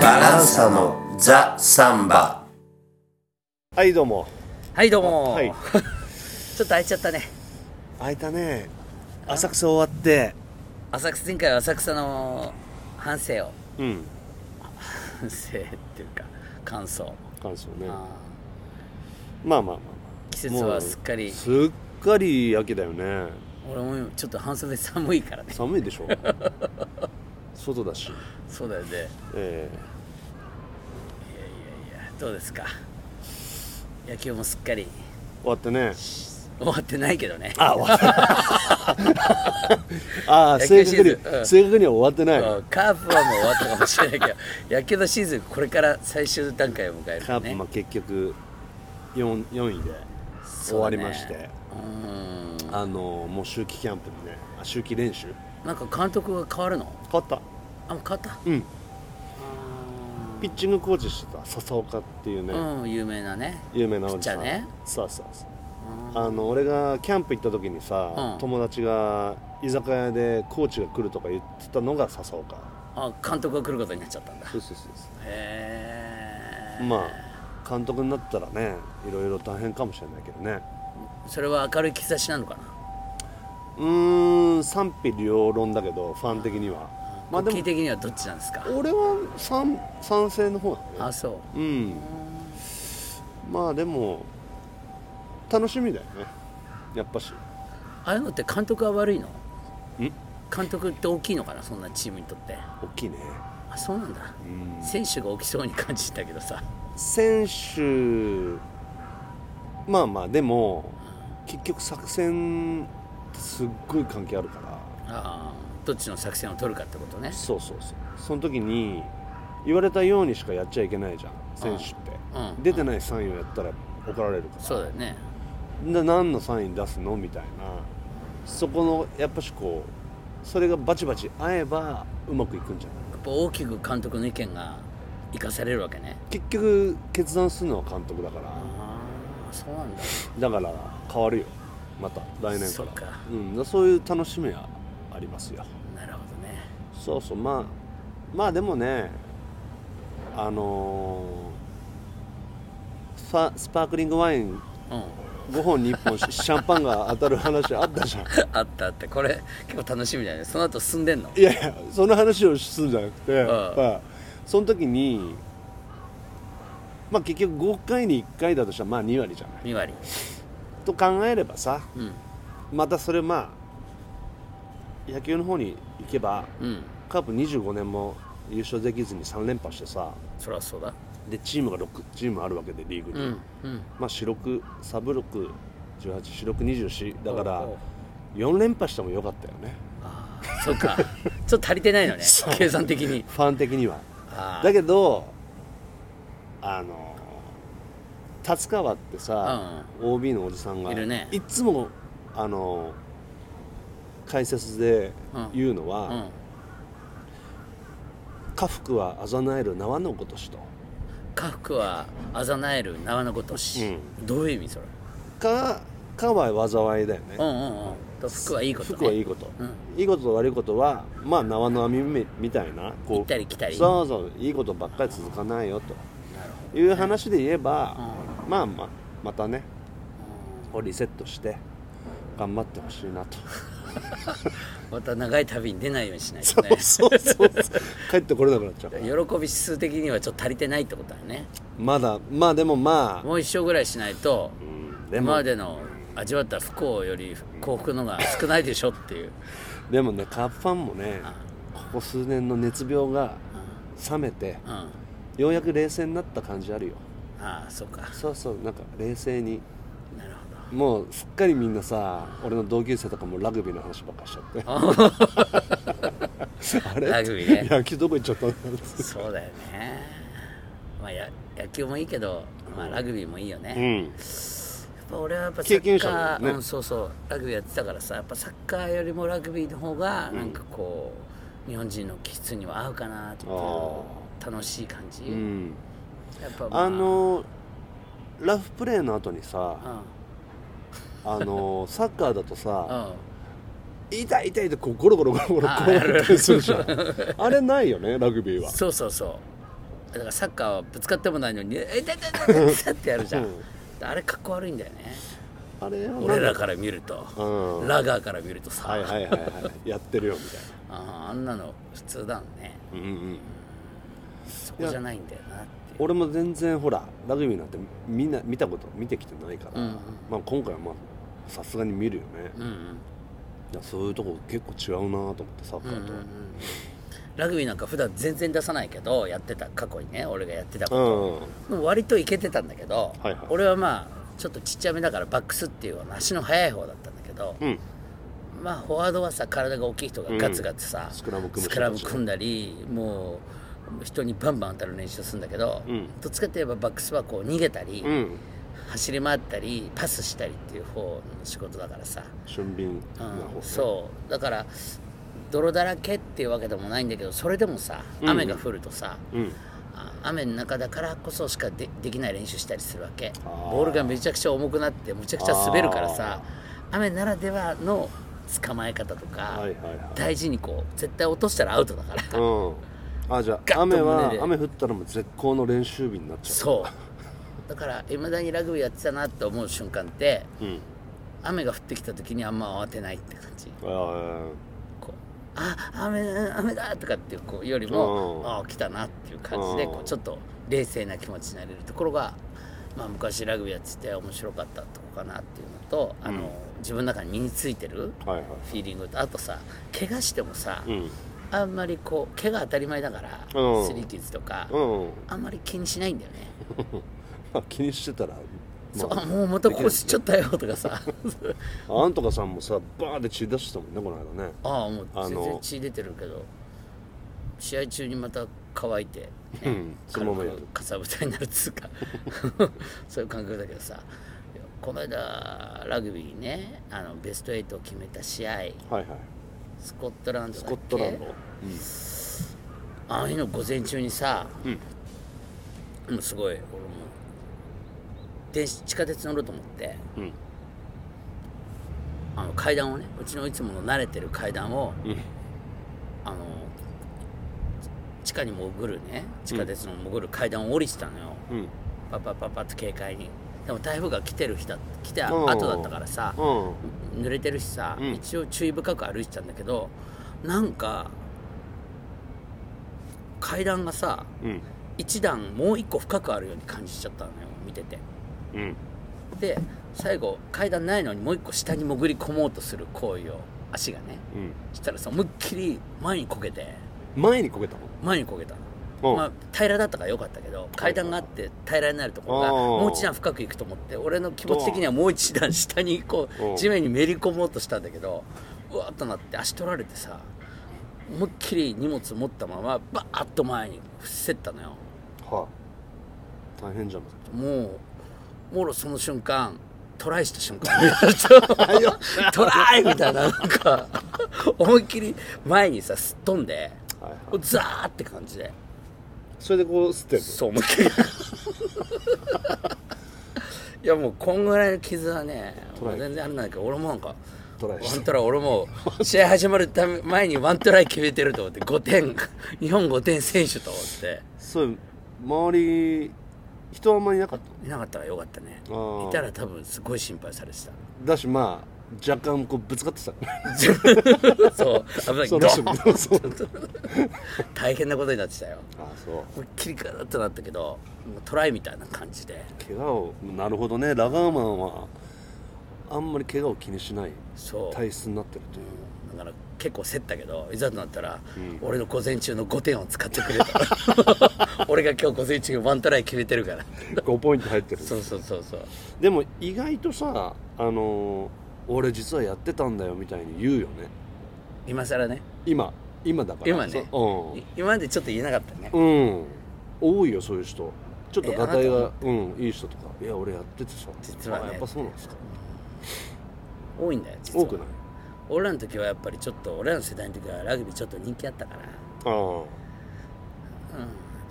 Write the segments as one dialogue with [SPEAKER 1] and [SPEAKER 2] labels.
[SPEAKER 1] バランサのザ・サンバ
[SPEAKER 2] はいどうも
[SPEAKER 3] はいどうも、
[SPEAKER 2] はい
[SPEAKER 3] ちょっと空いちゃったね
[SPEAKER 2] 開いたね浅草終わって
[SPEAKER 3] 浅草前回は浅草の反省を
[SPEAKER 2] うん
[SPEAKER 3] 反省っていうか感想
[SPEAKER 2] 感想ね
[SPEAKER 3] あ
[SPEAKER 2] まあまあまあま
[SPEAKER 3] ー季節はすっか
[SPEAKER 2] あ
[SPEAKER 3] り
[SPEAKER 2] すっかり秋だよね
[SPEAKER 3] 俺もちょっと半袖寒いからね
[SPEAKER 2] 寒いで しょ外だし
[SPEAKER 3] そうだよね
[SPEAKER 2] え
[SPEAKER 3] いやどうですか野球もすっかり
[SPEAKER 2] え終わってね
[SPEAKER 3] 終わってないけどね
[SPEAKER 2] あ終わった ああ
[SPEAKER 3] 野
[SPEAKER 2] 正
[SPEAKER 3] 球シ
[SPEAKER 2] 確
[SPEAKER 3] ー
[SPEAKER 2] に、
[SPEAKER 3] ズンうん
[SPEAKER 2] 正確には終わってない、
[SPEAKER 3] うんカープはもう終わったかもしれないけど 野球のシーズンこれから最終段階を迎える
[SPEAKER 2] カ
[SPEAKER 3] の
[SPEAKER 2] ープ、
[SPEAKER 3] ね
[SPEAKER 2] まあ、結局 4, 四位で終わりまして、
[SPEAKER 3] うん
[SPEAKER 2] あのもう秋季キャンプにねあ秋季練習
[SPEAKER 3] なんか監督が変わるの
[SPEAKER 2] 変わった
[SPEAKER 3] あもう変わった
[SPEAKER 2] うんピッチングコーチしてた笹岡っていうね、
[SPEAKER 3] うん有名なね
[SPEAKER 2] 有名なおじさん
[SPEAKER 3] ピッチャーね
[SPEAKER 2] そうそうそうあの俺がキャンプ行った時にさ、
[SPEAKER 3] うん
[SPEAKER 2] 友達が居酒屋でコーチが来るとか言ってたのが笹岡
[SPEAKER 3] あ監督が来ることになっちゃったんだ
[SPEAKER 2] そうそうそう
[SPEAKER 3] へえ
[SPEAKER 2] まあ監督になったらねいろいろ大変かもしれないけどね
[SPEAKER 3] それは明るい兆しなのかな
[SPEAKER 2] うーん賛否両論だけどファン的にはまあで
[SPEAKER 3] 国
[SPEAKER 2] も
[SPEAKER 3] 旗的にはどっちなんですか
[SPEAKER 2] 俺は賛賛成の方だね
[SPEAKER 3] あそ
[SPEAKER 2] うんまあでも楽しみだよねやっぱし
[SPEAKER 3] うああいうのって監督が悪いの
[SPEAKER 2] ん
[SPEAKER 3] 監督って大きいのかなそんなチームにとって
[SPEAKER 2] 大きいね
[SPEAKER 3] あそうなんだ、選手が起きそうに感じたけどさ
[SPEAKER 2] 選手まあまあでも結局作戦ってすっごい関係あるから
[SPEAKER 3] あーどっちの作戦を取るかってことね
[SPEAKER 2] そうそうそうその時に言われたようにしかやっちゃいけないじゃん選手って、
[SPEAKER 3] うんうん
[SPEAKER 2] 出てないサインをやったら怒られるから
[SPEAKER 3] そうだよね
[SPEAKER 2] な何のサイン出すのみたいなそこのやっぱしこうそれがバチバチ合えばうまくいくんじゃない
[SPEAKER 3] やっぱ大きく監督の意見が生かされるわけね
[SPEAKER 2] 結局決断するのは監督だから
[SPEAKER 3] ああそうなんだ
[SPEAKER 2] だから変わるよまた来年
[SPEAKER 3] そ
[SPEAKER 2] か
[SPEAKER 3] っ
[SPEAKER 2] ら
[SPEAKER 3] か
[SPEAKER 2] うん、だそういう楽しみはありますよ
[SPEAKER 3] なるほどね
[SPEAKER 2] そうそうまあまあでもねあのースパスパークリングワイン
[SPEAKER 3] うん
[SPEAKER 2] 5本に1本シャンパンが当たる話あったじゃん
[SPEAKER 3] あったあったこれ結構楽しみだよねその後進んでんの
[SPEAKER 2] いやいやその話をするんじゃなくて、
[SPEAKER 3] ん
[SPEAKER 2] まあその時にまあ結局5回に1回だとしたらまあ2割じゃない
[SPEAKER 3] 2割
[SPEAKER 2] と考えればさ
[SPEAKER 3] うん
[SPEAKER 2] またそれまあ野球の方に行けば
[SPEAKER 3] うん
[SPEAKER 2] カープ25年も優勝できずに3連覇してさ
[SPEAKER 3] そりゃそうだ
[SPEAKER 2] でチームが6チームあるわけでリーグに、
[SPEAKER 3] うんうん
[SPEAKER 2] まあ四六サブ六18四六24だから
[SPEAKER 3] おうおう
[SPEAKER 2] 4連覇してもよかったよね
[SPEAKER 3] そうか ちょっと足りてないのね計算的に
[SPEAKER 2] ファン的には
[SPEAKER 3] あ
[SPEAKER 2] だけどあの達川ってさ、OB のおじさんが
[SPEAKER 3] いるね
[SPEAKER 2] いつもあの解説で言うのは、
[SPEAKER 3] あうん
[SPEAKER 2] 家福はあざなえる縄のごとしと
[SPEAKER 3] 家福はあざなえる縄のことし、どういう意味それ
[SPEAKER 2] かかは災いだよね、
[SPEAKER 3] うんうんうんと福はいいことね
[SPEAKER 2] 服はいいこと、
[SPEAKER 3] うん
[SPEAKER 2] いいことと悪いことはまあ縄の網目みたいなこう
[SPEAKER 3] 行ったり来たり
[SPEAKER 2] そうそういいことばっかり続かないよ
[SPEAKER 3] なるほ
[SPEAKER 2] という話で言えば、まあまあまたねをリセットして頑張ってほしい なと
[SPEAKER 3] どまた長い旅に出ないようにしないとね
[SPEAKER 2] そうそうそう帰ってこれなくなっちゃうから
[SPEAKER 3] 喜び指数的にはちょっと足りてないってことだよね
[SPEAKER 2] まだまあでもまあ
[SPEAKER 3] もう一生ぐらいしないと
[SPEAKER 2] うんで
[SPEAKER 3] 今
[SPEAKER 2] も
[SPEAKER 3] までの味わった不幸より幸福のが少ないでしょっていう
[SPEAKER 2] でもねカープファンもねここ数年の熱病が冷めて
[SPEAKER 3] うんあ
[SPEAKER 2] ようやく冷静になった感じあるよ
[SPEAKER 3] あそうか
[SPEAKER 2] そうそうなんか冷静に
[SPEAKER 3] なるほど
[SPEAKER 2] もうすっかりみんなさ俺の同級生とかもラグビーの話ばっかりしちゃって あれ
[SPEAKER 3] ラグビーね
[SPEAKER 2] 野球どこ行っちゃったの
[SPEAKER 3] そうだよねまあや野球もいいけど、まあ、ラグビーもいいよね、
[SPEAKER 2] う
[SPEAKER 3] やっ
[SPEAKER 2] ん
[SPEAKER 3] ぱ俺はやっぱサ
[SPEAKER 2] 経験
[SPEAKER 3] ッ
[SPEAKER 2] 者
[SPEAKER 3] カ
[SPEAKER 2] だもん
[SPEAKER 3] ー、
[SPEAKER 2] ね
[SPEAKER 3] うん、そうそうラグビーやってたからさやっぱサッカーよりもラグビーの方がなんかこう、日本人の気質には合うかなとか楽しい感じ、
[SPEAKER 2] うん
[SPEAKER 3] やっぱ、まあ、
[SPEAKER 2] あのラフプレーの後にさ、あのーサッカーだと
[SPEAKER 3] う
[SPEAKER 2] さ、
[SPEAKER 3] ん
[SPEAKER 2] 痛い痛いってこうゴロゴロゴロゴロ
[SPEAKER 3] あ
[SPEAKER 2] こうやったりするじゃん。 あれないよね、ラグビーは。
[SPEAKER 3] そうそうそうだからサッカーはぶつかってもないのに「え痛い痛い痛い痛い痛いってやるじゃん、
[SPEAKER 2] うん
[SPEAKER 3] あれかっこ悪いんだよね
[SPEAKER 2] あれはなんだ
[SPEAKER 3] 俺らから見ると、
[SPEAKER 2] うん
[SPEAKER 3] ラガーから見るとさ、
[SPEAKER 2] はいはいはいはい。やってるよみたい
[SPEAKER 3] あーあんなの普通だもんね
[SPEAKER 2] な。うんうん。
[SPEAKER 3] そこじゃないんだよなっていう
[SPEAKER 2] 俺も全然ほらラグビーなんてみんな見たこと見てきてないから、
[SPEAKER 3] うんうん
[SPEAKER 2] まあ、今回はまあさすがに見るよね、
[SPEAKER 3] うんうん
[SPEAKER 2] いやそういうとこ結構違うなと思ってサッカーと、
[SPEAKER 3] ラグビーなんか普段全然出さないけどやってた過去にね俺がやってた
[SPEAKER 2] う
[SPEAKER 3] こ
[SPEAKER 2] ん
[SPEAKER 3] と、割といけてたんだけど、
[SPEAKER 2] はいはい
[SPEAKER 3] 俺はまあちょっとちっちゃめだからバックスっていうような足の速い方だったんだけど、
[SPEAKER 2] うん
[SPEAKER 3] まあフォワードはさ体が大きい人がガツガツさ、
[SPEAKER 2] うんスクラム組む人
[SPEAKER 3] スクラム組んだりもう人にバンバン当たる練習するんだけど、
[SPEAKER 2] うん
[SPEAKER 3] どっちかって言えばバックスはこう逃げたり、
[SPEAKER 2] うん
[SPEAKER 3] 走り回ったりパスしたりっていう方の仕事だからさ、
[SPEAKER 2] 俊敏な方、
[SPEAKER 3] うん、そうだから泥だらけっていうわけでもないんだけどそれでもさ
[SPEAKER 2] ん
[SPEAKER 3] 雨が降るとさ、
[SPEAKER 2] うん
[SPEAKER 3] あ雨の中だからこそしかでできない練習したりするわけ
[SPEAKER 2] あー
[SPEAKER 3] ボールがめちゃくちゃ重くなってむちゃくちゃ滑るからさ雨ならではの捕まえ方とか、
[SPEAKER 2] はいはいはい
[SPEAKER 3] 大事にこう絶対落としたらアウトだから、
[SPEAKER 2] うんあじゃ
[SPEAKER 3] ガ
[SPEAKER 2] あ
[SPEAKER 3] ッと胸
[SPEAKER 2] 雨
[SPEAKER 3] で
[SPEAKER 2] は雨降ったらもう絶好の練習日になっちゃう
[SPEAKER 3] そうだからいまだにラグビーやってたなって思う瞬間って
[SPEAKER 2] うん
[SPEAKER 3] 雨が降ってきた時にあんま慌てないって感じ
[SPEAKER 2] あ
[SPEAKER 3] こうあ雨だ雨だとかっていうこうよりも、
[SPEAKER 2] うん
[SPEAKER 3] ああ来たなっていう感じで、
[SPEAKER 2] うん
[SPEAKER 3] こうちょっと冷静な気持ちになれるところが、まあ、昔ラグビーやってて面白かったとこかなっていうのとあの、自分の中に身についてる
[SPEAKER 2] ーはいは
[SPEAKER 3] フィーリングとあとさ怪我してもさ、
[SPEAKER 2] いうん
[SPEAKER 3] あんまりこう怪我当たり前だから、
[SPEAKER 2] うん
[SPEAKER 3] スリーキッズとか、
[SPEAKER 2] うん
[SPEAKER 3] あんまり気にしないんだよね。
[SPEAKER 2] まあ気にしてたら、
[SPEAKER 3] そう
[SPEAKER 2] ま
[SPEAKER 3] あもうまた腰ちゃったよとかさ
[SPEAKER 2] あ、あんとかさんもさバーンって血出してたもんねこの間ね
[SPEAKER 3] ああもう
[SPEAKER 2] あの
[SPEAKER 3] 全然血出てるけど試合中にまた乾 いて、ね
[SPEAKER 2] うんそのままやる
[SPEAKER 3] 軽くかさぶたになるっつうか そういう感覚だけどさいやこの間ラグビーねあのベスト8を決めた試合
[SPEAKER 2] はいはい
[SPEAKER 3] スコットランドだっ
[SPEAKER 2] ス
[SPEAKER 3] け
[SPEAKER 2] コットランド
[SPEAKER 3] あの日の午前中にさ、
[SPEAKER 2] うん
[SPEAKER 3] もうすごい俺も電子地下鉄乗ろうと思って
[SPEAKER 2] うん
[SPEAKER 3] あの階段をねうちのいつもの慣れてる階段を、
[SPEAKER 2] うん
[SPEAKER 3] あの地下に潜るね地下鉄の潜る階段を降りてたのよ、
[SPEAKER 2] うん
[SPEAKER 3] パッパッパッパッと警戒にでも台風が来てる日だ来た
[SPEAKER 2] うん
[SPEAKER 3] 後だったからさ
[SPEAKER 2] うん
[SPEAKER 3] 濡れてるしさ、
[SPEAKER 2] うん
[SPEAKER 3] 一応注意深く歩いてたんだけどなんか階段がさ
[SPEAKER 2] うん
[SPEAKER 3] 一段もう一個深くあるように感じちゃったのよ見てて
[SPEAKER 2] うん
[SPEAKER 3] で最後階段ないのにもう一個下に潜り込もうとする行為を足がね
[SPEAKER 2] うん
[SPEAKER 3] したらさ思いっきり前にこけて
[SPEAKER 2] 前にこけたの
[SPEAKER 3] 前にこけた
[SPEAKER 2] う
[SPEAKER 3] の、
[SPEAKER 2] ん
[SPEAKER 3] まあ、平らだったから良かったけど階段があって平らになるところ
[SPEAKER 2] う
[SPEAKER 3] が
[SPEAKER 2] ん
[SPEAKER 3] もう一段深く行くと思って俺の気持ち的にはもう一段下にこ
[SPEAKER 2] うん
[SPEAKER 3] う地面にめり込もうとしたんだけどうわーっとなって足取られてさ思いっきり荷物持ったままバーッと前に伏せったのよ
[SPEAKER 2] はあ大変じゃん
[SPEAKER 3] もうもろその瞬間トライした瞬間 トライみたいななんか思いっきり前にさすっ飛んで
[SPEAKER 2] はいはい
[SPEAKER 3] ザーって感じで
[SPEAKER 2] それでこう捨てる
[SPEAKER 3] そう思いっきりいやもうこんぐ らいの傷はね
[SPEAKER 2] トライ
[SPEAKER 3] もう全然あれなんだけど俺もなんか
[SPEAKER 2] トライし
[SPEAKER 3] ワ
[SPEAKER 2] た
[SPEAKER 3] ントライ俺も試合始まるため前にワントライ決めてると思って5点日本5点選手と思って
[SPEAKER 2] そう周り人あんまりいなかった
[SPEAKER 3] いなかったらよかったね
[SPEAKER 2] あー
[SPEAKER 3] いたら多分すごい心配 されてた
[SPEAKER 2] だしまあ若干こうぶつかってた
[SPEAKER 3] そう危な い
[SPEAKER 2] そ
[SPEAKER 3] ド
[SPEAKER 2] の人
[SPEAKER 3] ー
[SPEAKER 2] も
[SPEAKER 3] ン
[SPEAKER 2] そう
[SPEAKER 3] 大変なことになってたよ
[SPEAKER 2] ああそう
[SPEAKER 3] 思いっきりガラッとなったけどもうトライみたいな感じで
[SPEAKER 2] 怪我をなるほどねラガーマンはあんまり怪我を気にしない
[SPEAKER 3] そう
[SPEAKER 2] 体質になってるという
[SPEAKER 3] だから結構競ったけどいざとなったら、俺の午前中の5点を使ってくれ た俺が今日午前中ワントライ決めてるから
[SPEAKER 2] 5ポイント入ってる
[SPEAKER 3] そうそうそうそう
[SPEAKER 2] でも意外とさあのー俺実はやってたんだよみたいに言うよね
[SPEAKER 3] 今更ね
[SPEAKER 2] 今今だから
[SPEAKER 3] 今ね
[SPEAKER 2] そう
[SPEAKER 3] い今までちょっと言えなかったね
[SPEAKER 2] うん、うん、多いよそういう人ちょっと
[SPEAKER 3] え
[SPEAKER 2] ガタイ
[SPEAKER 3] あな
[SPEAKER 2] が、うん、いい人とかいや俺やっててさ
[SPEAKER 3] 実はね
[SPEAKER 2] あやっぱそうなんですか
[SPEAKER 3] 多いんだよ実は
[SPEAKER 2] 多くない
[SPEAKER 3] 俺らの時はやっぱりちょっと俺らの世代の時はラグビーちょっと人気あったから、う
[SPEAKER 2] あ
[SPEAKER 3] ん、やっ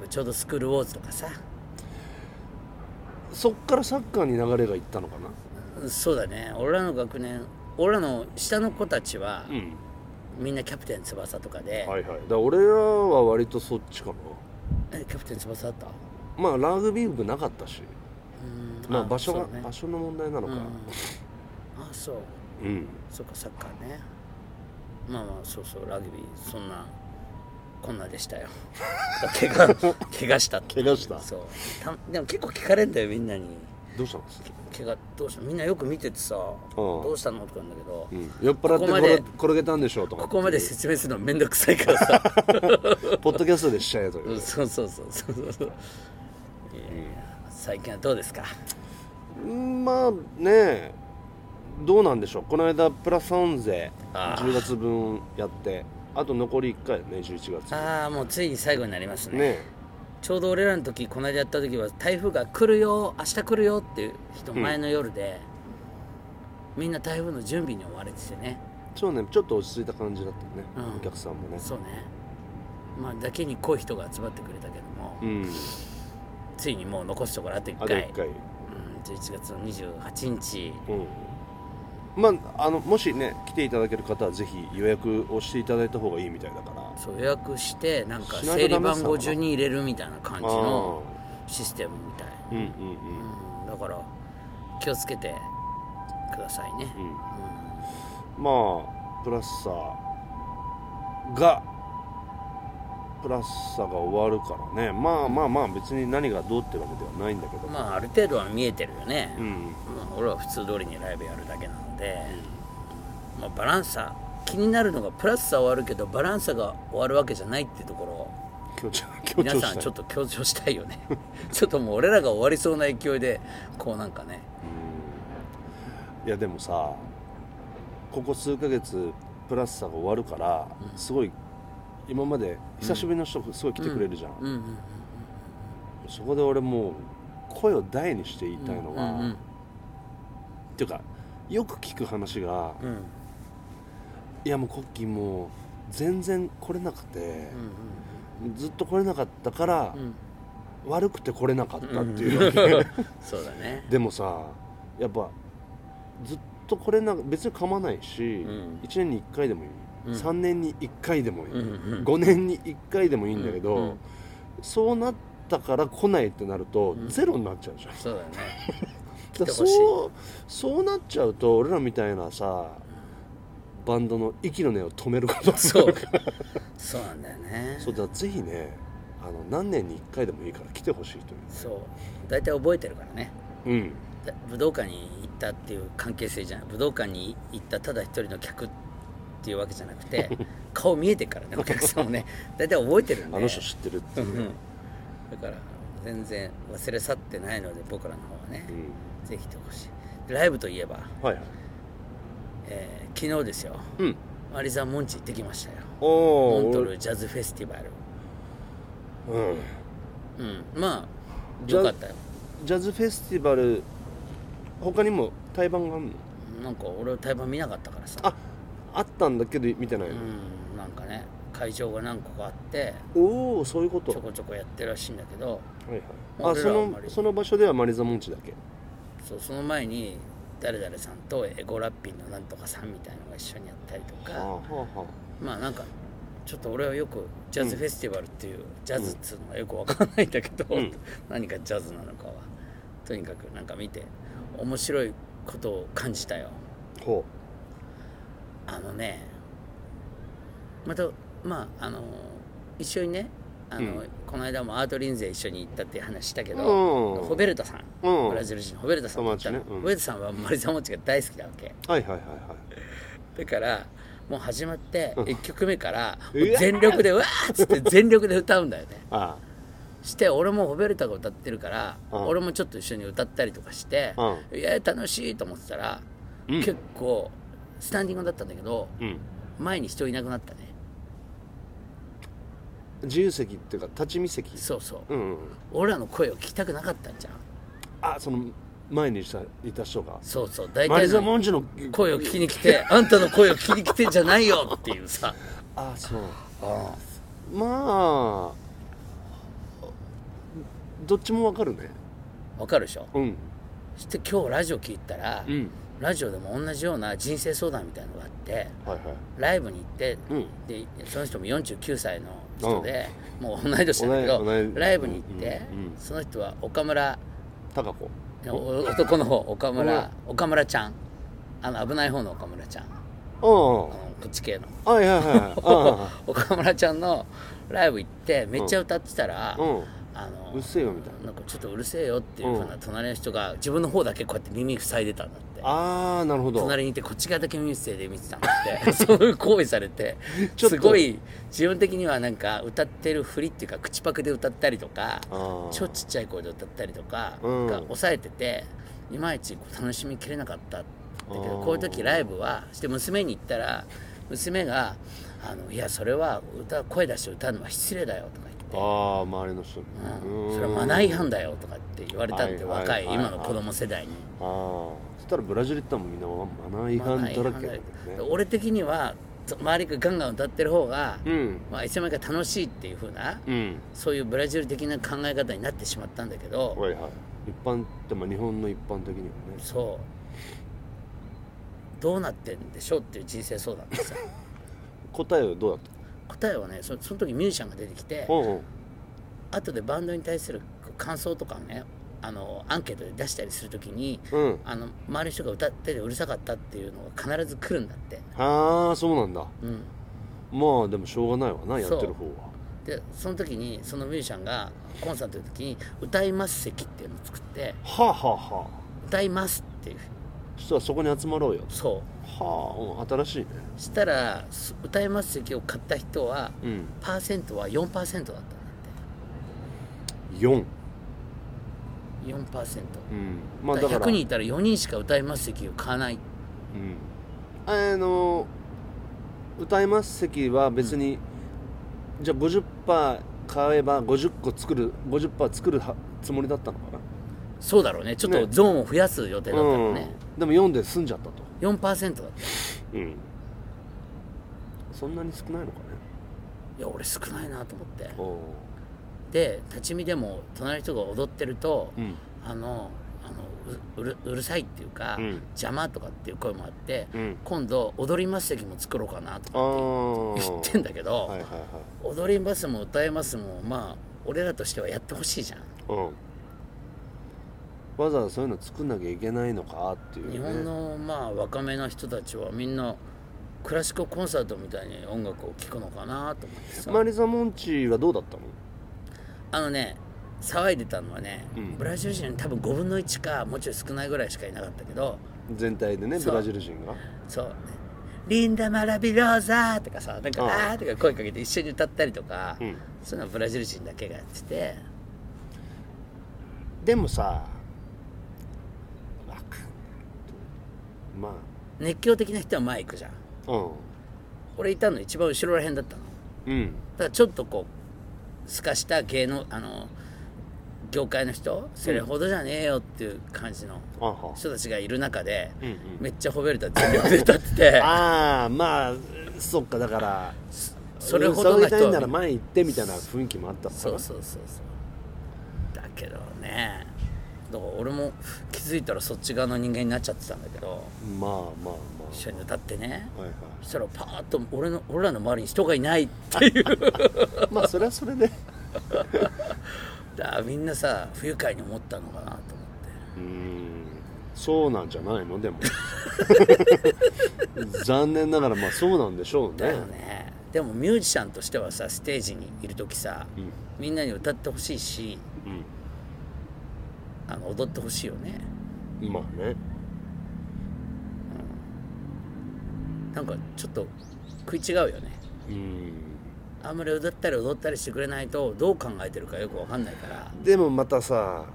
[SPEAKER 3] ぱちょうどスクールウォーズとかさ
[SPEAKER 2] あそっからサッカーに流れがいったのかな
[SPEAKER 3] そうだね俺らの学年俺らの下の子たちは、
[SPEAKER 2] ん
[SPEAKER 3] みんなキャプテン翼とかで、
[SPEAKER 2] はいはいだから俺らは割とそっちかな
[SPEAKER 3] えキャプテン翼だった
[SPEAKER 2] まあラグビー部なかったし
[SPEAKER 3] うん
[SPEAKER 2] まあ場所が、
[SPEAKER 3] そうね
[SPEAKER 2] 場所の問題なのか
[SPEAKER 3] うんあそう
[SPEAKER 2] うん、
[SPEAKER 3] そうかサッカーねまあまあそうそうラグビーそんなこんなでしたよ 怪我怪我したって
[SPEAKER 2] 怪我した
[SPEAKER 3] そうたでも結構聞かれんだよみんなに
[SPEAKER 2] どうしたんですか、
[SPEAKER 3] 怪我どうしたみんなよく見ててさどうしたのとかなんだけど、
[SPEAKER 2] うん、酔っ払って
[SPEAKER 3] ここま
[SPEAKER 2] 転
[SPEAKER 3] で
[SPEAKER 2] げ転げたんでしょうとか
[SPEAKER 3] ここまで説明するのめんどくさいからさ
[SPEAKER 2] ポッドキャストでしちゃえという、
[SPEAKER 3] うん そうそうそうそうそうそういやいや最近はどうですか
[SPEAKER 2] うんまあねえどうなんでしょうこの間プラスン税
[SPEAKER 3] あー
[SPEAKER 2] 10月分やってあと残り1回ね11月ね
[SPEAKER 3] ああもうついに最後になりますね
[SPEAKER 2] え
[SPEAKER 3] ちょうど俺らの時この間やった時は台風が来るよ明日来るよっていう人前の夜で、みんな台風の準備に追われててね
[SPEAKER 2] そうねちょっと落ち着いた感じだったね、
[SPEAKER 3] うん
[SPEAKER 2] お客さんもね
[SPEAKER 3] そうねまあだけに濃い人が集まってくれたけども、
[SPEAKER 2] うん
[SPEAKER 3] ついにもう残すところあと1
[SPEAKER 2] あ
[SPEAKER 3] 回
[SPEAKER 2] と1回
[SPEAKER 3] うん、11月の28日
[SPEAKER 2] うんまああのもしね来ていただける方はぜひ予約をしていただいた方がいいみたいだから
[SPEAKER 3] そう予約してなんか
[SPEAKER 2] しないと
[SPEAKER 3] 整理
[SPEAKER 2] ダメっす
[SPEAKER 3] 番
[SPEAKER 2] か
[SPEAKER 3] 号順に入れるみたいな感じの
[SPEAKER 2] あ
[SPEAKER 3] システムみたい、
[SPEAKER 2] ーうんうん
[SPEAKER 3] うん、だから気をつけてくださいね、
[SPEAKER 2] うんうんまあプラスさがプラスさが終わるからねまあまあまあ別に何がどうってわけではないんだけど、
[SPEAKER 3] まあある程度は見えてるよね、
[SPEAKER 2] うん
[SPEAKER 3] まあ、俺は普通通りにライブやるだけなので、まあ、バランサ気になるのがプラスさは終わるけどバランサが終わるわけじゃないっていうところを
[SPEAKER 2] 強調強調
[SPEAKER 3] 皆
[SPEAKER 2] した
[SPEAKER 3] さんちょっと強調したいよね ちょっともう俺らが終わりそうな勢いでこうなんかね
[SPEAKER 2] いやでもさここ数ヶ月プラスさが終わるから、すごい今まで久しぶりの人がすごい来てくれるじゃん、
[SPEAKER 3] うんうん
[SPEAKER 2] そこで俺もう声を大にして言いたいのは、
[SPEAKER 3] うん
[SPEAKER 2] っていうかよく聞く話が、
[SPEAKER 3] うんうん
[SPEAKER 2] いやもうコッキーもう全然来れなくて、ずっと来れなかったから、
[SPEAKER 3] うん
[SPEAKER 2] 悪くて来れなかったっていう、
[SPEAKER 3] そうだね
[SPEAKER 2] でもさやっぱずっとこれな別に噛まないし、
[SPEAKER 3] うん
[SPEAKER 2] 1年に1回でもいい、
[SPEAKER 3] ん
[SPEAKER 2] 3年に1回でもいい、
[SPEAKER 3] うんうん
[SPEAKER 2] 5年に1回でもいいんだけど、
[SPEAKER 3] うんうん
[SPEAKER 2] そうなったから来ないってなると、ゼロになっちゃうじゃん
[SPEAKER 3] そうだ ね
[SPEAKER 2] だ
[SPEAKER 3] て
[SPEAKER 2] から
[SPEAKER 3] ほしい
[SPEAKER 2] そうそうなっちゃうと俺らみたいなさバンドの息の根を止めること
[SPEAKER 3] そうそうなんだよね
[SPEAKER 2] そうだからぜひねあの何年に1回でもいいから来てほしいとい
[SPEAKER 3] そう大体覚えてるからね
[SPEAKER 2] ううん
[SPEAKER 3] だ武道館に行ったっていう関係性じゃない武道館に行ったただ一人の客っていうわけじゃな くて顔見えてっからねお客さんもね大体覚えてるんで
[SPEAKER 2] あの人知ってるって
[SPEAKER 3] う
[SPEAKER 2] い
[SPEAKER 3] ん
[SPEAKER 2] う、
[SPEAKER 3] うんだから全然忘れ去ってないので僕らの方はね、ぜひ来てほしいライブといえば、
[SPEAKER 2] うん、はいはい
[SPEAKER 3] えー昨日ですよ
[SPEAKER 2] うん
[SPEAKER 3] アリザンモンチ行ってきましたよ
[SPEAKER 2] お
[SPEAKER 3] モ
[SPEAKER 2] ー
[SPEAKER 3] ントルジャズフェスティバル
[SPEAKER 2] うん
[SPEAKER 3] うんまあ
[SPEAKER 2] ジャ
[SPEAKER 3] よかったよ
[SPEAKER 2] ジャズフェスティバル他にも対バンがあるの
[SPEAKER 3] なんか俺対バン見なかったからさ
[SPEAKER 2] ああったんだけど見てないうの、
[SPEAKER 3] んなんかね会場が何個かあって
[SPEAKER 2] おおそういうこと
[SPEAKER 3] ちょこちょこやってるらしいんだけど
[SPEAKER 2] はいはいあ
[SPEAKER 3] 俺
[SPEAKER 2] そ
[SPEAKER 3] らはあんまり
[SPEAKER 2] のその場所ではマリザ・モンチだけ
[SPEAKER 3] そうその前に誰々さんとエゴラッピンのなんとかさんみたいのが一緒にやったりと
[SPEAKER 2] あー
[SPEAKER 3] か
[SPEAKER 2] はあは
[SPEAKER 3] まあなんかちょっと俺はよくジャズフェスティバルっていう、ジャズっつうのはよくわかんないんだけど、
[SPEAKER 2] うん
[SPEAKER 3] 何がジャズなのかはとにかくなんか見て面白いことを感じたよ
[SPEAKER 2] あほ
[SPEAKER 3] あのねまたまああの一緒にねあの、
[SPEAKER 2] うん
[SPEAKER 3] この間もアートリンゼ一緒に行ったっていう話したけど、
[SPEAKER 2] うん
[SPEAKER 3] ホベルタさん、
[SPEAKER 2] うん
[SPEAKER 3] ブラジル人のホベルタさんと行ったの、
[SPEAKER 2] 友達ねうん
[SPEAKER 3] ホベルタさんはマリザ・モッチが大好きなわけ
[SPEAKER 2] うはいはいはいはい
[SPEAKER 3] だからもう始まって1曲目から
[SPEAKER 2] うわー
[SPEAKER 3] 全力で「うわ!」っつ って全力で歌うんだよね
[SPEAKER 2] あ
[SPEAKER 3] して俺もホベルタが歌ってるから、
[SPEAKER 2] うん
[SPEAKER 3] 俺もちょっと一緒に歌ったりとかして、
[SPEAKER 2] う
[SPEAKER 3] いや楽しいと思ってたら、
[SPEAKER 2] うん
[SPEAKER 3] 結構スタンディングだったんだけど
[SPEAKER 2] あうん
[SPEAKER 3] 前に人いなくなったね
[SPEAKER 2] 自由席っていうか立ち見席
[SPEAKER 3] そうそう、
[SPEAKER 2] うんうん
[SPEAKER 3] 俺らの声を聞きたくなかったんじゃん
[SPEAKER 2] あその前にしたいた人が
[SPEAKER 3] そうそう大
[SPEAKER 2] マリ
[SPEAKER 3] 体
[SPEAKER 2] ザ・モ
[SPEAKER 3] の
[SPEAKER 2] ンチの
[SPEAKER 3] 声を聞きに来てあんたの声を聞きに来てんじゃないよっていうさ
[SPEAKER 2] あそうまあどっちもわかるね
[SPEAKER 3] わかるでしょ
[SPEAKER 2] うん
[SPEAKER 3] そして今日ラジオ聞いたら、
[SPEAKER 2] うん
[SPEAKER 3] ラジオでも同じような人生相談みたいなのがあって
[SPEAKER 2] はいはい
[SPEAKER 3] ライブに行って、
[SPEAKER 2] うん
[SPEAKER 3] でその人も49歳の人で、もう同い年なんだけど
[SPEAKER 2] 同い同い
[SPEAKER 3] ライブに行って、
[SPEAKER 2] うんうん
[SPEAKER 3] その人は岡村
[SPEAKER 2] 高子
[SPEAKER 3] お男の方岡村岡村ちゃんあの危ない方の岡村ちゃんあ
[SPEAKER 2] う
[SPEAKER 3] のこっち系
[SPEAKER 2] ん
[SPEAKER 3] の
[SPEAKER 2] はいはいは
[SPEAKER 3] 岡村ちゃんのライブ行ってめっちゃ歌ってた ら、
[SPEAKER 2] いうんうん
[SPEAKER 3] あの
[SPEAKER 2] うっせえよみたいな
[SPEAKER 3] なんかちょっとうるせえよっていうふう
[SPEAKER 2] う
[SPEAKER 3] なん隣の人が自分の方だけこうやって耳塞いでたんだって
[SPEAKER 2] ああなるほど
[SPEAKER 3] 隣にいてこっち側だけ耳塞いで見てたんだっ てそういう行為されて
[SPEAKER 2] ちょっと
[SPEAKER 3] すごい自分的にはなんか歌ってるふりっていうか口パクで歌ったりとか
[SPEAKER 2] あー
[SPEAKER 3] 超ちっちゃい声で歌ったりとか
[SPEAKER 2] うん
[SPEAKER 3] が抑えてていまいちこう楽しみきれなかったんだけ
[SPEAKER 2] あ
[SPEAKER 3] ど
[SPEAKER 2] ー
[SPEAKER 3] こういう時ライブはして娘に言ったら娘が「あのいやそれは歌声出して歌うのは失礼だよ」とか言って。
[SPEAKER 2] ああ周りの人に
[SPEAKER 3] うん
[SPEAKER 2] うーん
[SPEAKER 3] それはマナー違反だよとかって言われたんで、
[SPEAKER 2] はい
[SPEAKER 3] 若い
[SPEAKER 2] はいはい
[SPEAKER 3] 今の子供世代に。
[SPEAKER 2] ああそしたらブラジル行ったらもうみんなマナー違
[SPEAKER 3] マ
[SPEAKER 2] 反
[SPEAKER 3] ナー違
[SPEAKER 2] だら
[SPEAKER 3] 反
[SPEAKER 2] け
[SPEAKER 3] だ
[SPEAKER 2] だ
[SPEAKER 3] よ
[SPEAKER 2] けどね
[SPEAKER 3] 俺的にはそ周りがガンガン歌ってる方が、
[SPEAKER 2] うん
[SPEAKER 3] まあ、いつの間にか楽しいっていう風な、
[SPEAKER 2] うん
[SPEAKER 3] そういうブラジル的な考え方になってしまったんだけど、
[SPEAKER 2] はいはい一般ってまあ日本の一般的にはね
[SPEAKER 3] そうどうなってんでしょうっていう人生相談でさ
[SPEAKER 2] 答えはどうだっ
[SPEAKER 3] 答えはねそその時ミュージシャンが出てきて
[SPEAKER 2] たうんうん
[SPEAKER 3] 後でバンドに対する感想とかをねあのアンケートで出したりする時に
[SPEAKER 2] うん
[SPEAKER 3] あの周りの人が歌っててうるさかったっていうのが必ず来るんだって、
[SPEAKER 2] ああそうなんだ
[SPEAKER 3] うん、
[SPEAKER 2] まあでもしょうがないわなやってる方は
[SPEAKER 3] でその時にそのミュージシャンがコンサートの時に歌います席っていうのを作って
[SPEAKER 2] はあはあは
[SPEAKER 3] 歌いますっていう
[SPEAKER 2] あそしたらそこに集まろうよ
[SPEAKER 3] そ
[SPEAKER 2] はあ、うん、新しいね
[SPEAKER 3] うしたらす歌います席を買った人は
[SPEAKER 2] うん
[SPEAKER 3] パーセントは4%だったんだっ
[SPEAKER 2] 4
[SPEAKER 3] て4%
[SPEAKER 2] うんまあ
[SPEAKER 3] だ
[SPEAKER 2] だ
[SPEAKER 3] か
[SPEAKER 2] から
[SPEAKER 3] ら100人いたら4人しか歌います席を買わない
[SPEAKER 2] うんあの歌います席は別に、じゃあ50パー買えば50個作る50パー作るはつもりだったのかな
[SPEAKER 3] そうだろうねちょっと
[SPEAKER 2] ね
[SPEAKER 3] ゾーンを増やす予定だったのね
[SPEAKER 2] うん、でも4で済んじゃったと
[SPEAKER 3] 4%だったい
[SPEAKER 2] うんそんなに少ないのかね
[SPEAKER 3] や俺少ないなと思って
[SPEAKER 2] おお
[SPEAKER 3] で立ち見でも隣の人が踊ってると、
[SPEAKER 2] うん
[SPEAKER 3] あのあのううるうるさいっていうか、
[SPEAKER 2] うん
[SPEAKER 3] 邪魔とかっていう声もあって、
[SPEAKER 2] うん
[SPEAKER 3] 今度踊ります席も作ろうかなと
[SPEAKER 2] ああ
[SPEAKER 3] かって言ってんだけど、
[SPEAKER 2] はいはいはい
[SPEAKER 3] 踊りますも歌えますもまあ俺らとしてはやってほしいじゃん、
[SPEAKER 2] うんわざわざそういうの作んなきゃいけないのかっていう、ね、
[SPEAKER 3] 日本のまあ若めな人たちはみんなクラシックコンサートみたいに音楽を聴くのかなと思ってさ、
[SPEAKER 2] マリザ・モンチはどうだったの
[SPEAKER 3] あのね騒いでたのはね、
[SPEAKER 2] うん
[SPEAKER 3] ブラジル人多分5分の1かもうちょい少ないぐらいしかいなかったけど
[SPEAKER 2] 全体でね
[SPEAKER 3] そう
[SPEAKER 2] ブラジル人が
[SPEAKER 3] そう「リンダ・マラビローザ」とかさなんか「
[SPEAKER 2] うん
[SPEAKER 3] あー」とか声かけて一緒に歌ったりとか、
[SPEAKER 2] うん
[SPEAKER 3] そういうのはブラジル人だけがやってて
[SPEAKER 2] でもさわかんないま
[SPEAKER 3] 熱狂的な人は前行くじゃん
[SPEAKER 2] あ
[SPEAKER 3] 俺いたの一番後ろらへんだったのだ
[SPEAKER 2] うんうん
[SPEAKER 3] からちょっとこうすかした芸能あの業界の人それほどじゃねえよっていう感じの
[SPEAKER 2] あは
[SPEAKER 3] 人たちがいる中で、
[SPEAKER 2] うんうん
[SPEAKER 3] めっちゃ褒めるた全力で歌っ てて
[SPEAKER 2] ああまあそっかだから
[SPEAKER 3] それほどの人
[SPEAKER 2] 騒ぎたいな
[SPEAKER 3] は
[SPEAKER 2] ら前行ってみたいな雰囲気もあったのかな
[SPEAKER 3] そうそうそうそうだけどねだから俺も気づいたらそっち側の人間になっちゃってたんだけど
[SPEAKER 2] まあまあま
[SPEAKER 3] 一緒に歌ってね
[SPEAKER 2] あはいは
[SPEAKER 3] そしたらパーッと俺の俺らの周りに人がいないって いう
[SPEAKER 2] いまあそれはそれで
[SPEAKER 3] だからみんなさ不愉快に思ったのかなと思って
[SPEAKER 2] うーんそうなんじゃないので も残念ながらまあそうなんでしょうね
[SPEAKER 3] だよねでもミュージシャンとしてはさステージにいる時さ、
[SPEAKER 2] ん
[SPEAKER 3] みんなに歌ってほしいし
[SPEAKER 2] うん
[SPEAKER 3] あの踊ってほしいよね
[SPEAKER 2] まあね
[SPEAKER 3] なんかちょっと食い違うよね
[SPEAKER 2] うん
[SPEAKER 3] あんまり踊ったり踊ったりしてくれないとどう考えてるかよくわかんないから
[SPEAKER 2] でもまたさ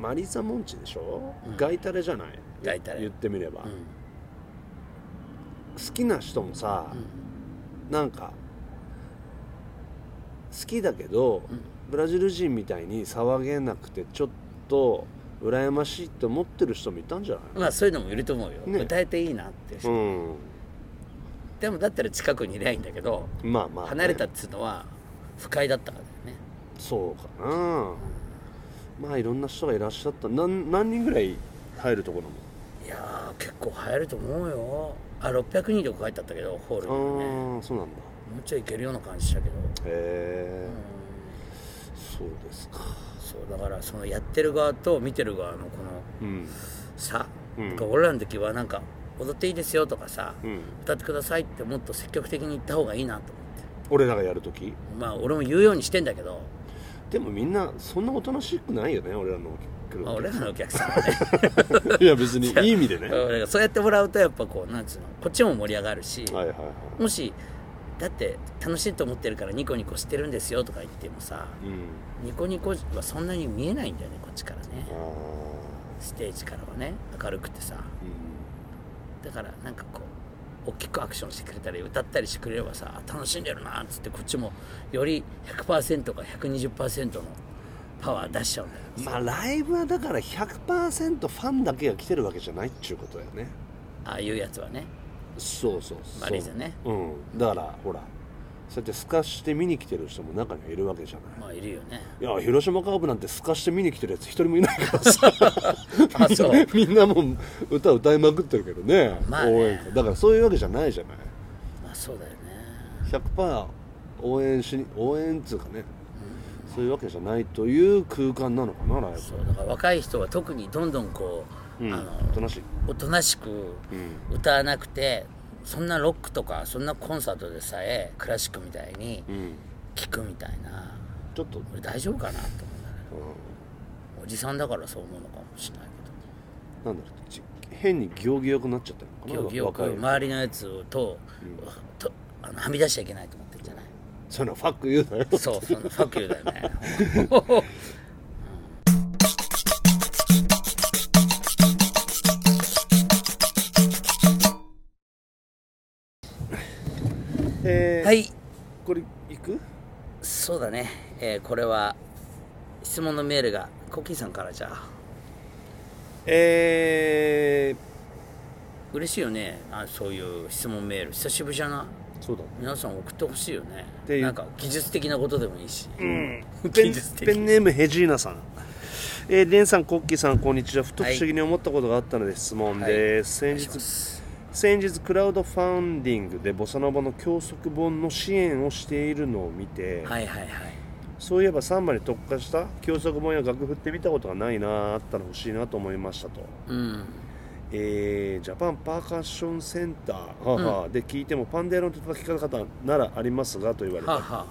[SPEAKER 2] マリザ・モンチでしょ、ガイタレじゃない
[SPEAKER 3] ガイタレ
[SPEAKER 2] 言ってみれば、
[SPEAKER 3] ん
[SPEAKER 2] 好きな人もさ、なんか好きだけど、ブラジル人みたいに騒げなくてちょっと羨ましいって思ってる人もいたんじゃない
[SPEAKER 3] まあそういうのもいると思うよ、
[SPEAKER 2] ね
[SPEAKER 3] 歌えていいなっていう人、
[SPEAKER 2] うん
[SPEAKER 3] でもだったら近くにいりゃいいんだけど
[SPEAKER 2] まあまあね、
[SPEAKER 3] 離れたっつうのは不快だったからだよね
[SPEAKER 2] そうかなまあいろんな人がいらっしゃったなん何人ぐらい入るところ
[SPEAKER 3] いやー結構入ると思うよあ600人とか書いてあったけどホールにはねも
[SPEAKER 2] もああそうなんだ
[SPEAKER 3] うちょい行けるような感じしたけど
[SPEAKER 2] へえ
[SPEAKER 3] うん
[SPEAKER 2] そうですか
[SPEAKER 3] そうだからそのやってる側と見てる側のこの
[SPEAKER 2] うん
[SPEAKER 3] 差、
[SPEAKER 2] うん
[SPEAKER 3] なんか俺らの時はなんか踊っていいですよとかさ、
[SPEAKER 2] うん
[SPEAKER 3] 歌ってくださいってもっと積極的に言った方がいいなと思って
[SPEAKER 2] 俺らがやるとき
[SPEAKER 3] まあ俺も言うようにしてんだけど、
[SPEAKER 2] でもみんなそんなおとなしくないよね俺らの来る
[SPEAKER 3] まあ、俺らのお客さんはね
[SPEAKER 2] いや 別にいい意味でねはい
[SPEAKER 3] 俺がそうやってもらうとやっぱこうなんつうのこっちも盛り上がるし、
[SPEAKER 2] はいは
[SPEAKER 3] もしだって楽しいと思ってるからニコニコしてるんですよとか言ってもさ
[SPEAKER 2] いうん
[SPEAKER 3] ニコニコはそんなに見えないんだよねこっちからね
[SPEAKER 2] ああ
[SPEAKER 3] ステージからはね明るくてさだからなんかこう大きくアクションしてくれたり歌ったりしてくれればさあ楽しんでるなっつってこっちもより100%か120%のパワー出しちゃうんだよ
[SPEAKER 2] うんまあライブはだから100%ファンだけが来てるわけじゃないっちゅうことやね
[SPEAKER 3] ああいうやつはね
[SPEAKER 2] そうそうそう
[SPEAKER 3] マリーゼね
[SPEAKER 2] うんだからほらそうやって透かして見に来てる人も中にはいるわけじゃない
[SPEAKER 3] まあいるよね
[SPEAKER 2] いや広島カープなんて透かして見に来てるやつ一人もいないからさ
[SPEAKER 3] あそう
[SPEAKER 2] みんなもう歌歌いまくってるけどね,、
[SPEAKER 3] まあね
[SPEAKER 2] 応援歌だからそういうわけじゃないじゃない
[SPEAKER 3] まあそうだよね
[SPEAKER 2] 100%応援しに応援っつうかね、そういうわけじゃないという空間なのかなライ
[SPEAKER 3] そうだから若い人は特にどんどんこう、
[SPEAKER 2] ブうん
[SPEAKER 3] あ
[SPEAKER 2] おと
[SPEAKER 3] の
[SPEAKER 2] なしい
[SPEAKER 3] おとなしく
[SPEAKER 2] うん
[SPEAKER 3] 歌わなくてそんなロックとかそんなコンサートでさえクラシックみたいに
[SPEAKER 2] うん
[SPEAKER 3] 聴くみたいな
[SPEAKER 2] ちょっと、
[SPEAKER 3] 俺大丈夫かなと思うんだね
[SPEAKER 2] う
[SPEAKER 3] おじさんだからそう思うのかもしれない
[SPEAKER 2] ん、なんだろうち変に行儀よくなっちゃった
[SPEAKER 3] け
[SPEAKER 2] のかな
[SPEAKER 3] ど行儀よく
[SPEAKER 2] 若い
[SPEAKER 3] 周りのやつと,、とあのはみ出しちゃいけないと思ってる じゃない
[SPEAKER 2] そういうのファック言うなよ
[SPEAKER 3] そうそのファクユだ よね
[SPEAKER 2] えー
[SPEAKER 3] はい
[SPEAKER 2] これ行く
[SPEAKER 3] そうだね、えーこれは質問のメールがコッキーさんからじゃあ
[SPEAKER 2] え
[SPEAKER 3] 嬉しいよねあそういう質問メール久しぶりじゃない
[SPEAKER 2] ー、そうだ
[SPEAKER 3] 皆さん送ってほしいよね
[SPEAKER 2] で
[SPEAKER 3] なんか技術的なことでもいいし、
[SPEAKER 2] ペン
[SPEAKER 3] 技術的
[SPEAKER 2] ペンネームヘジーナさんえー、レンさん、コッキーさん、こんにちは。ふと不
[SPEAKER 3] はい
[SPEAKER 2] 思議に思ったことがあったので質問です。
[SPEAKER 3] お願い
[SPEAKER 2] 先
[SPEAKER 3] しま
[SPEAKER 2] 日、
[SPEAKER 3] す
[SPEAKER 2] 先日クラウドファンディングでボサノバの教則本の支援をしているのを見て、
[SPEAKER 3] はいはいはい
[SPEAKER 2] そういえばサンバに特化した教則本や楽譜って見たことがないなあったら欲しいなと思いましたと、
[SPEAKER 3] うん
[SPEAKER 2] えージャパンパーカッションセンターはあはあで聞いてもパンデーロの叩き方ならありますがと言われ
[SPEAKER 3] はあ、
[SPEAKER 2] た
[SPEAKER 3] はあ、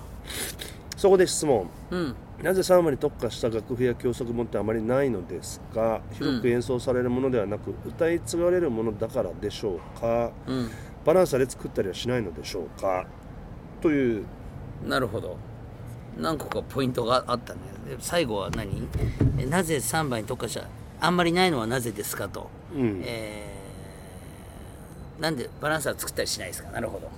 [SPEAKER 2] そこで質問
[SPEAKER 3] うん
[SPEAKER 2] なぜサンバに特化した楽譜や教則本ってあまりないのですが広く演奏されるものではなく、歌い継がれるものだからでしょうか
[SPEAKER 3] うん
[SPEAKER 2] バランスで作ったりはしないのでしょうかという
[SPEAKER 3] なるほど何個かポイントがあったねで最後は何えなぜ3番に特化したあんまりないのはなぜですかと、
[SPEAKER 2] うん
[SPEAKER 3] えーなんでバランサー作ったりしないですかなるほど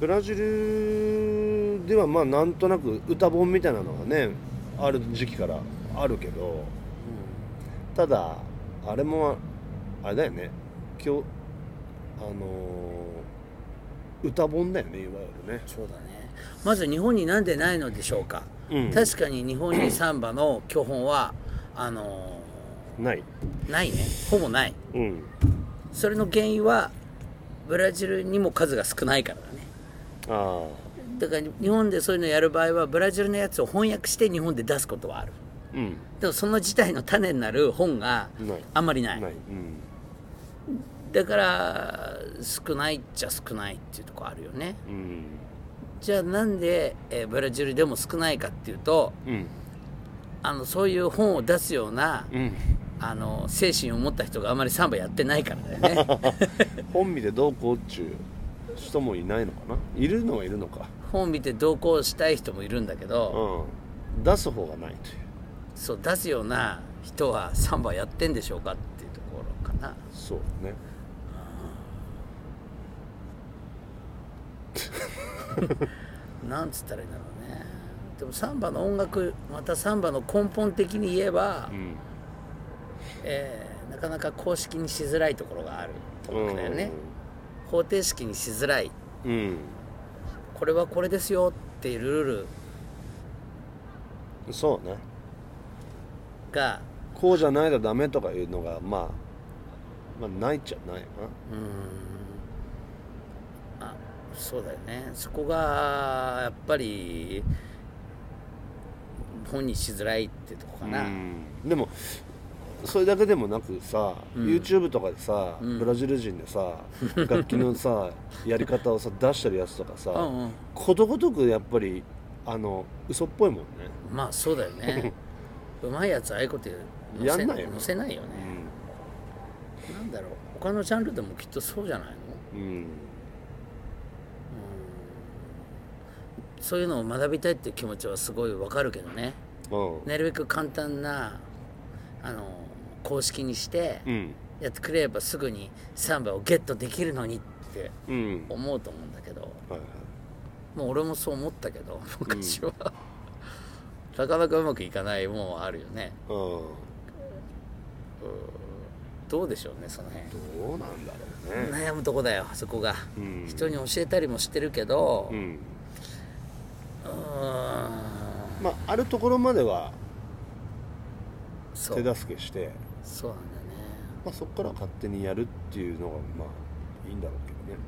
[SPEAKER 2] ブラジルではまあなんとなく歌本みたいなのがねある時期からあるけど、ただあれもあれだよね今日あのー歌本だよねいわゆるね
[SPEAKER 3] そうだねまず日本になんでないのでしょうか、
[SPEAKER 2] うん
[SPEAKER 3] 確かに日本にサンバの教本はあの
[SPEAKER 2] ない
[SPEAKER 3] ーないねほぼない
[SPEAKER 2] うん
[SPEAKER 3] それの原因はブラジルにも数が少ないからだね
[SPEAKER 2] ああ
[SPEAKER 3] だから日本でそういうのやる場合はブラジルのやつを翻訳して日本で出すことはある
[SPEAKER 2] うん
[SPEAKER 3] でもその事態の種になる本が
[SPEAKER 2] ない
[SPEAKER 3] あんまりない
[SPEAKER 2] ないうん
[SPEAKER 3] だから少ないっちゃ少ないっていうところあるよね
[SPEAKER 2] うん
[SPEAKER 3] じゃあなんで、えーブラジルでも少ないかっていうと
[SPEAKER 2] うん
[SPEAKER 3] あのそういう本を出すような
[SPEAKER 2] うん
[SPEAKER 3] あの精神を持った人があんまりサンバやってないからだよね
[SPEAKER 2] 本見でどうこうっちゅう人もいないのかないるのはいるのか
[SPEAKER 3] 本見て同行したい人もいるんだけど、
[SPEAKER 2] うん出す方がないという
[SPEAKER 3] そう出すような人はサンバやってんでしょうかっていうところかな
[SPEAKER 2] そうね
[SPEAKER 3] なんつったらいいんだろうねでもサンバの音楽またサンバの根本的に言えば、
[SPEAKER 2] ん
[SPEAKER 3] えーなかなか公式にしづらいところがあると思うんだよね、方程式にしづらい
[SPEAKER 2] うん
[SPEAKER 3] これはこれですよっていうルール
[SPEAKER 2] そうね
[SPEAKER 3] が
[SPEAKER 2] こうじゃないとダメとかいうのがまあまあないっちゃないよ
[SPEAKER 3] うーんあそうだよねそこがやっぱり本にしづらいってとこか
[SPEAKER 2] な
[SPEAKER 3] な、
[SPEAKER 2] でもそれだけでもなくさ、
[SPEAKER 3] うん
[SPEAKER 2] YouTube とかでさ、
[SPEAKER 3] うん
[SPEAKER 2] ブラジル人で さ楽器のさやり方をさ出してるやつとかさ、
[SPEAKER 3] うんうん
[SPEAKER 2] ことごとくやっぱりあの嘘っぽいもんね
[SPEAKER 3] まあそうだよ ねうまいやつああいうこと
[SPEAKER 2] や
[SPEAKER 3] 載せ
[SPEAKER 2] んないよ
[SPEAKER 3] 載せないよねなんだろう他のジャンルでもきっとそうじゃないの
[SPEAKER 2] うん、うん、
[SPEAKER 3] そういうのを学びたいっていう気持ちはすごいわかるけどね
[SPEAKER 2] うん
[SPEAKER 3] なるべく簡単なあの公式にして
[SPEAKER 2] うん
[SPEAKER 3] やってくれればすぐにサンバをゲットできるのにって
[SPEAKER 2] うん
[SPEAKER 3] 思うと思うんだけど
[SPEAKER 2] はいはい
[SPEAKER 3] もう俺もそう思ったけど昔は、 なかなかうまくいかないもんはあるよね
[SPEAKER 2] うんど
[SPEAKER 3] どうでしょうねその辺
[SPEAKER 2] うなんだろうね
[SPEAKER 3] 悩むとこだよそこが、
[SPEAKER 2] うん
[SPEAKER 3] 人に教えたりもしてるけど、
[SPEAKER 2] う
[SPEAKER 3] うんーん
[SPEAKER 2] まああるところまでは
[SPEAKER 3] そ
[SPEAKER 2] 手
[SPEAKER 3] う
[SPEAKER 2] 助けして
[SPEAKER 3] そうなんだよね
[SPEAKER 2] まあ、そこから勝手にやるっていうのがまあいいんだろうけどね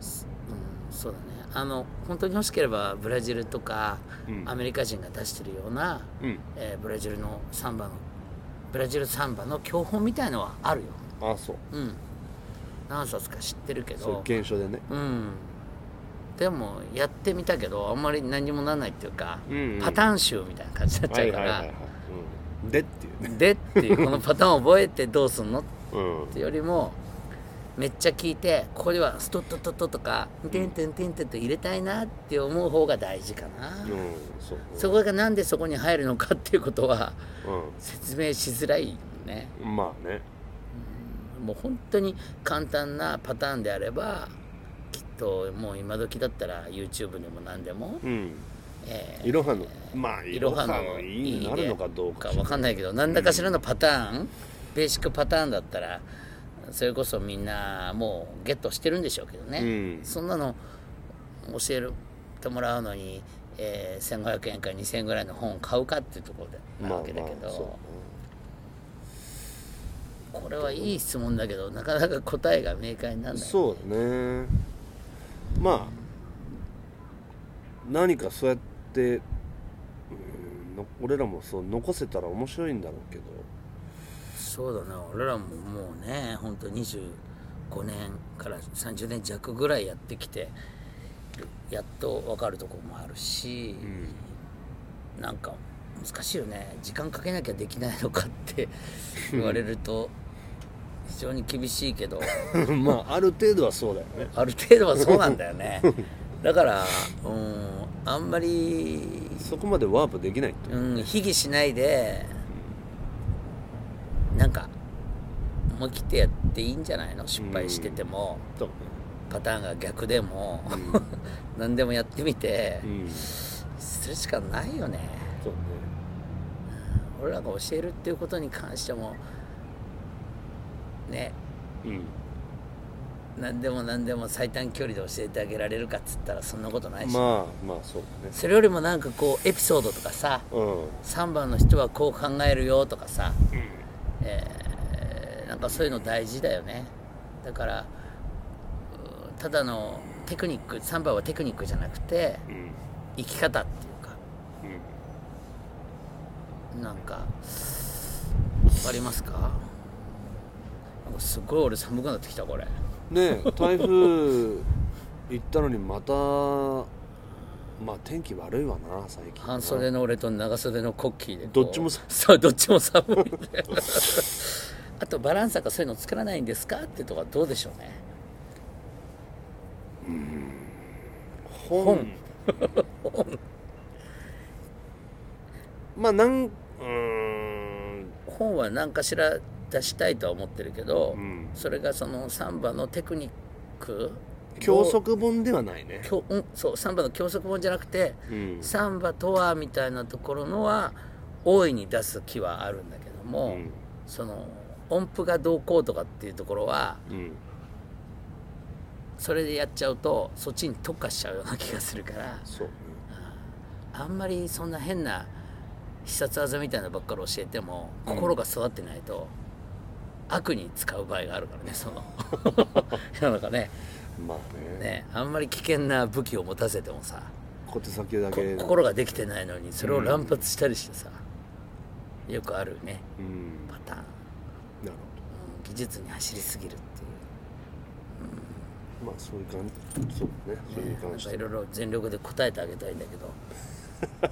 [SPEAKER 3] うんそうだねあの本当に欲しければブラジルとか、
[SPEAKER 2] うん
[SPEAKER 3] アメリカ人が出してるような、
[SPEAKER 2] うん
[SPEAKER 3] えーブラジルのサンバのブラジルサンバの教本みたいのはあるよ
[SPEAKER 2] ああそう
[SPEAKER 3] うん何冊か知ってるけ
[SPEAKER 2] そう
[SPEAKER 3] ど
[SPEAKER 2] いう現象でね
[SPEAKER 3] うんでもやってみたけどあんまり何にもならないっていうか、
[SPEAKER 2] うんうん
[SPEAKER 3] パターン集みたいな感じになっちゃうから、
[SPEAKER 2] うん、でっていうね
[SPEAKER 3] でっていうこのパターンを覚えてどうすんのっ
[SPEAKER 2] うん
[SPEAKER 3] てよりもめっちゃ聞いてここではストットットットとかテンテンテンテンと入れたいなって思う方が大事かな、
[SPEAKER 2] うんそう
[SPEAKER 3] そこがなんでそこに入るのかっていうことは
[SPEAKER 2] う
[SPEAKER 3] 説明しづらいよね
[SPEAKER 2] んまあね
[SPEAKER 3] もう本当に簡単なパターンであればきっともう今時だったら YouTube にも何でも、
[SPEAKER 2] うん
[SPEAKER 3] えー
[SPEAKER 2] いろはのまあい
[SPEAKER 3] い
[SPEAKER 2] ろ
[SPEAKER 3] ろ
[SPEAKER 2] は
[SPEAKER 3] は
[SPEAKER 2] の
[SPEAKER 3] の
[SPEAKER 2] いいになるのかどうか
[SPEAKER 3] わかんないけど何らかしらのパターン、ベーシックパターンだったらそれこそみんなもうゲットしてるんでしょうけどね、
[SPEAKER 2] うん
[SPEAKER 3] そんなの教えてもらうのに、えー1500円か2000円ぐらいの本を買うかっていうところでなわけだけど、これはいい質問だけどなかなか答えが明快にな
[SPEAKER 2] まあ
[SPEAKER 3] らない
[SPEAKER 2] そうだねまあ何かそうやってうんの俺らもそう残せたら面白いんだろうけど
[SPEAKER 3] そうだね俺らももうねほんと25年から30年弱ぐらいやってきてやっと分かるとこもあるし、なんか難しいよね時間かけなきゃできないのかって 言われると非常に厳しいけど
[SPEAKER 2] まあある程度はそうだよね
[SPEAKER 3] ある程度はそうなんだよねだからうんあんまり、
[SPEAKER 2] そこまでワープできないって
[SPEAKER 3] うん、卑下しないでなんか思い切ってやっていいんじゃないの失敗してても、
[SPEAKER 2] こと
[SPEAKER 3] パターンが逆でも、 何でもやってみて、
[SPEAKER 2] うん
[SPEAKER 3] するしかないよね
[SPEAKER 2] そうね
[SPEAKER 3] 俺らが教えるっていうことに関してもね
[SPEAKER 2] うん
[SPEAKER 3] 何でも何でも最短距離で教えてあげられるかっつったらそんなことないし、
[SPEAKER 2] まあまあそうだね
[SPEAKER 3] それよりもなんかこうエピソードとかさ
[SPEAKER 2] うん
[SPEAKER 3] 3番の人はこう考えるよとかさ、えーなんかそういうの大事だよねだからうーただのテクニック3番はテクニックじゃなくて
[SPEAKER 2] うん
[SPEAKER 3] 生き方っていうかなんか分かりますかなんかすごい俺寒くなってきたこれ
[SPEAKER 2] ねえ台風行ったのにまたまあ天気悪いわな最近
[SPEAKER 3] 半袖の俺と長袖のコッキーでこう
[SPEAKER 2] どっちもさ
[SPEAKER 3] そうどっちも寒いんだよあとバランサーがそういうの作らないんですかってとこはどうでしょうね
[SPEAKER 2] 本まあなんうーん
[SPEAKER 3] 本は何かしら出したいとは思ってるけど、
[SPEAKER 2] ん
[SPEAKER 3] それがそのサンバのテクニック
[SPEAKER 2] 教則本ではないね
[SPEAKER 3] 教うんそうサンバの教則本じゃなくて、
[SPEAKER 2] うん
[SPEAKER 3] サンバとはみたいなところのは大いに出す気はあるんだけども、
[SPEAKER 2] うん
[SPEAKER 3] その音符がどうこうとかっていうところは
[SPEAKER 2] うん
[SPEAKER 3] それでやっちゃうとそっちに特化しちゃうような気がするから
[SPEAKER 2] そうね
[SPEAKER 3] あんまりそんな変な必殺技みたいなのばっかり教えても心が育ってないと、悪に使う場合があるからねその 世の中ね
[SPEAKER 2] まあね
[SPEAKER 3] ねあんまり危険な武器を持たせてもさ
[SPEAKER 2] 小手先だ
[SPEAKER 3] こ
[SPEAKER 2] け
[SPEAKER 3] 心ができてないのにそれを乱発したりしてさ、よくあるね
[SPEAKER 2] うんな
[SPEAKER 3] パターン、うん
[SPEAKER 2] る
[SPEAKER 3] 技術に走りすぎるっていう。
[SPEAKER 2] ほどまあそういう感じそうねそれに
[SPEAKER 3] なん
[SPEAKER 2] 関し
[SPEAKER 3] か
[SPEAKER 2] て
[SPEAKER 3] いろいろ全力で答えてあげたいんだ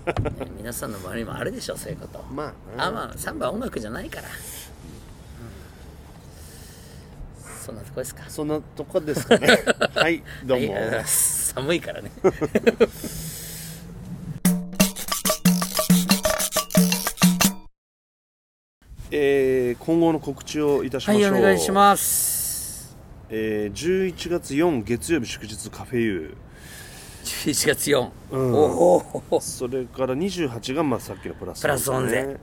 [SPEAKER 3] けど、ね皆さんの周りにもあるでしょそういうこと
[SPEAKER 2] まあね
[SPEAKER 3] あまあサンバは音楽じゃないから、うんそんなとこですか
[SPEAKER 2] そんなとこです かねはいどうも、
[SPEAKER 3] はいあ寒いからね
[SPEAKER 2] えー今後の告知をいたしま
[SPEAKER 3] は
[SPEAKER 2] し
[SPEAKER 3] い
[SPEAKER 2] ょ
[SPEAKER 3] お
[SPEAKER 2] う、
[SPEAKER 3] 願いします
[SPEAKER 2] えー11月4月曜日祝日カフェユ
[SPEAKER 3] 11月4、
[SPEAKER 2] ん
[SPEAKER 3] おお
[SPEAKER 2] ーそれから28がまあさっきのプラス
[SPEAKER 3] プラスオンゼ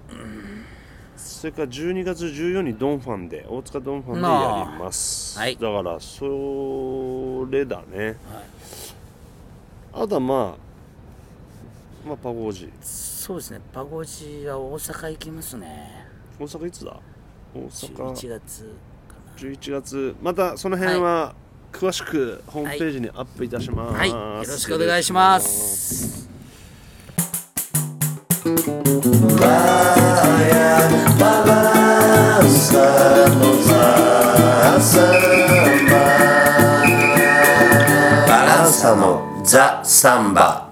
[SPEAKER 2] それから12月14にドンファンで大塚ドンファンで
[SPEAKER 3] まあ
[SPEAKER 2] やります、
[SPEAKER 3] はい
[SPEAKER 2] だからそれだね、あとはまあまあパゴージ
[SPEAKER 3] そうですねパゴジは大阪行きますね
[SPEAKER 2] 大阪いつだ大
[SPEAKER 3] 11
[SPEAKER 2] 阪
[SPEAKER 3] 月か
[SPEAKER 2] 11月またその辺は詳しくホームページにアップいたします、
[SPEAKER 3] なはいよろしくお願いします
[SPEAKER 1] バランサのザ・サンバ